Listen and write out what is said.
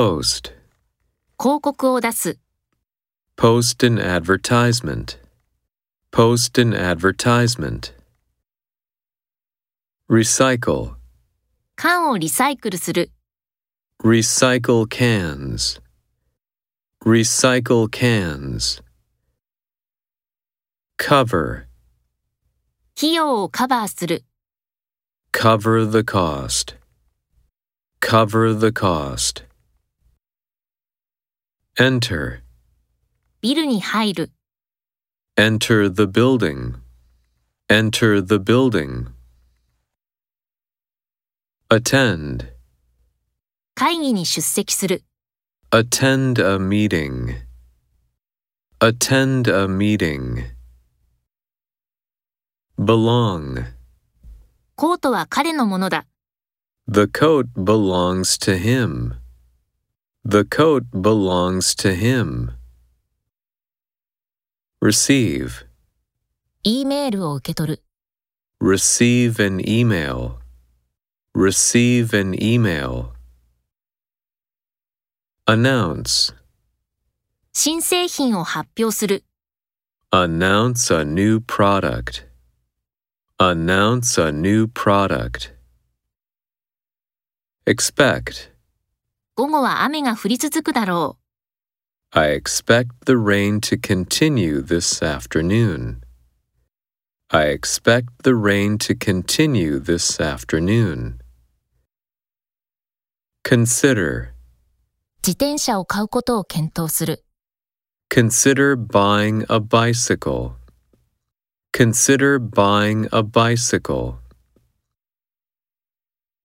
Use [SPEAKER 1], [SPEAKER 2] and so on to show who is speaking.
[SPEAKER 1] Post.
[SPEAKER 2] 広告を出す、
[SPEAKER 1] Post an advertisement. Post an advertisement. Recycle.
[SPEAKER 2] 缶をリサイクルする、
[SPEAKER 1] Recycle cans. Recycle cans. Cover.
[SPEAKER 2] 費用をカバーする、
[SPEAKER 1] Cover the cost. Cover the cost. Enter.
[SPEAKER 2] ビルに入る、
[SPEAKER 1] Enter the building. Enter the building. Attend.
[SPEAKER 2] 会議に出席する、
[SPEAKER 1] Attend a meeting. Attend a meeting. Belong.
[SPEAKER 2] コートは彼のものだ、
[SPEAKER 1] The coat belongs to him. The coat belongs to him. Receive.
[SPEAKER 2] E メールを受け取る、
[SPEAKER 1] Receive an email. Receive an email. Announce.
[SPEAKER 2] 新製品を発表する、
[SPEAKER 1] Announce a new product. Announce a new product. Expect.
[SPEAKER 2] 午後は雨が降り続くだろう、
[SPEAKER 1] I expect the rain to continue this afternoon. I expect the rain to continue this afternoon. Consider.
[SPEAKER 2] 自転車を買うことを検討する、
[SPEAKER 1] Consider buying a bicycle. Consider buying a bicycle.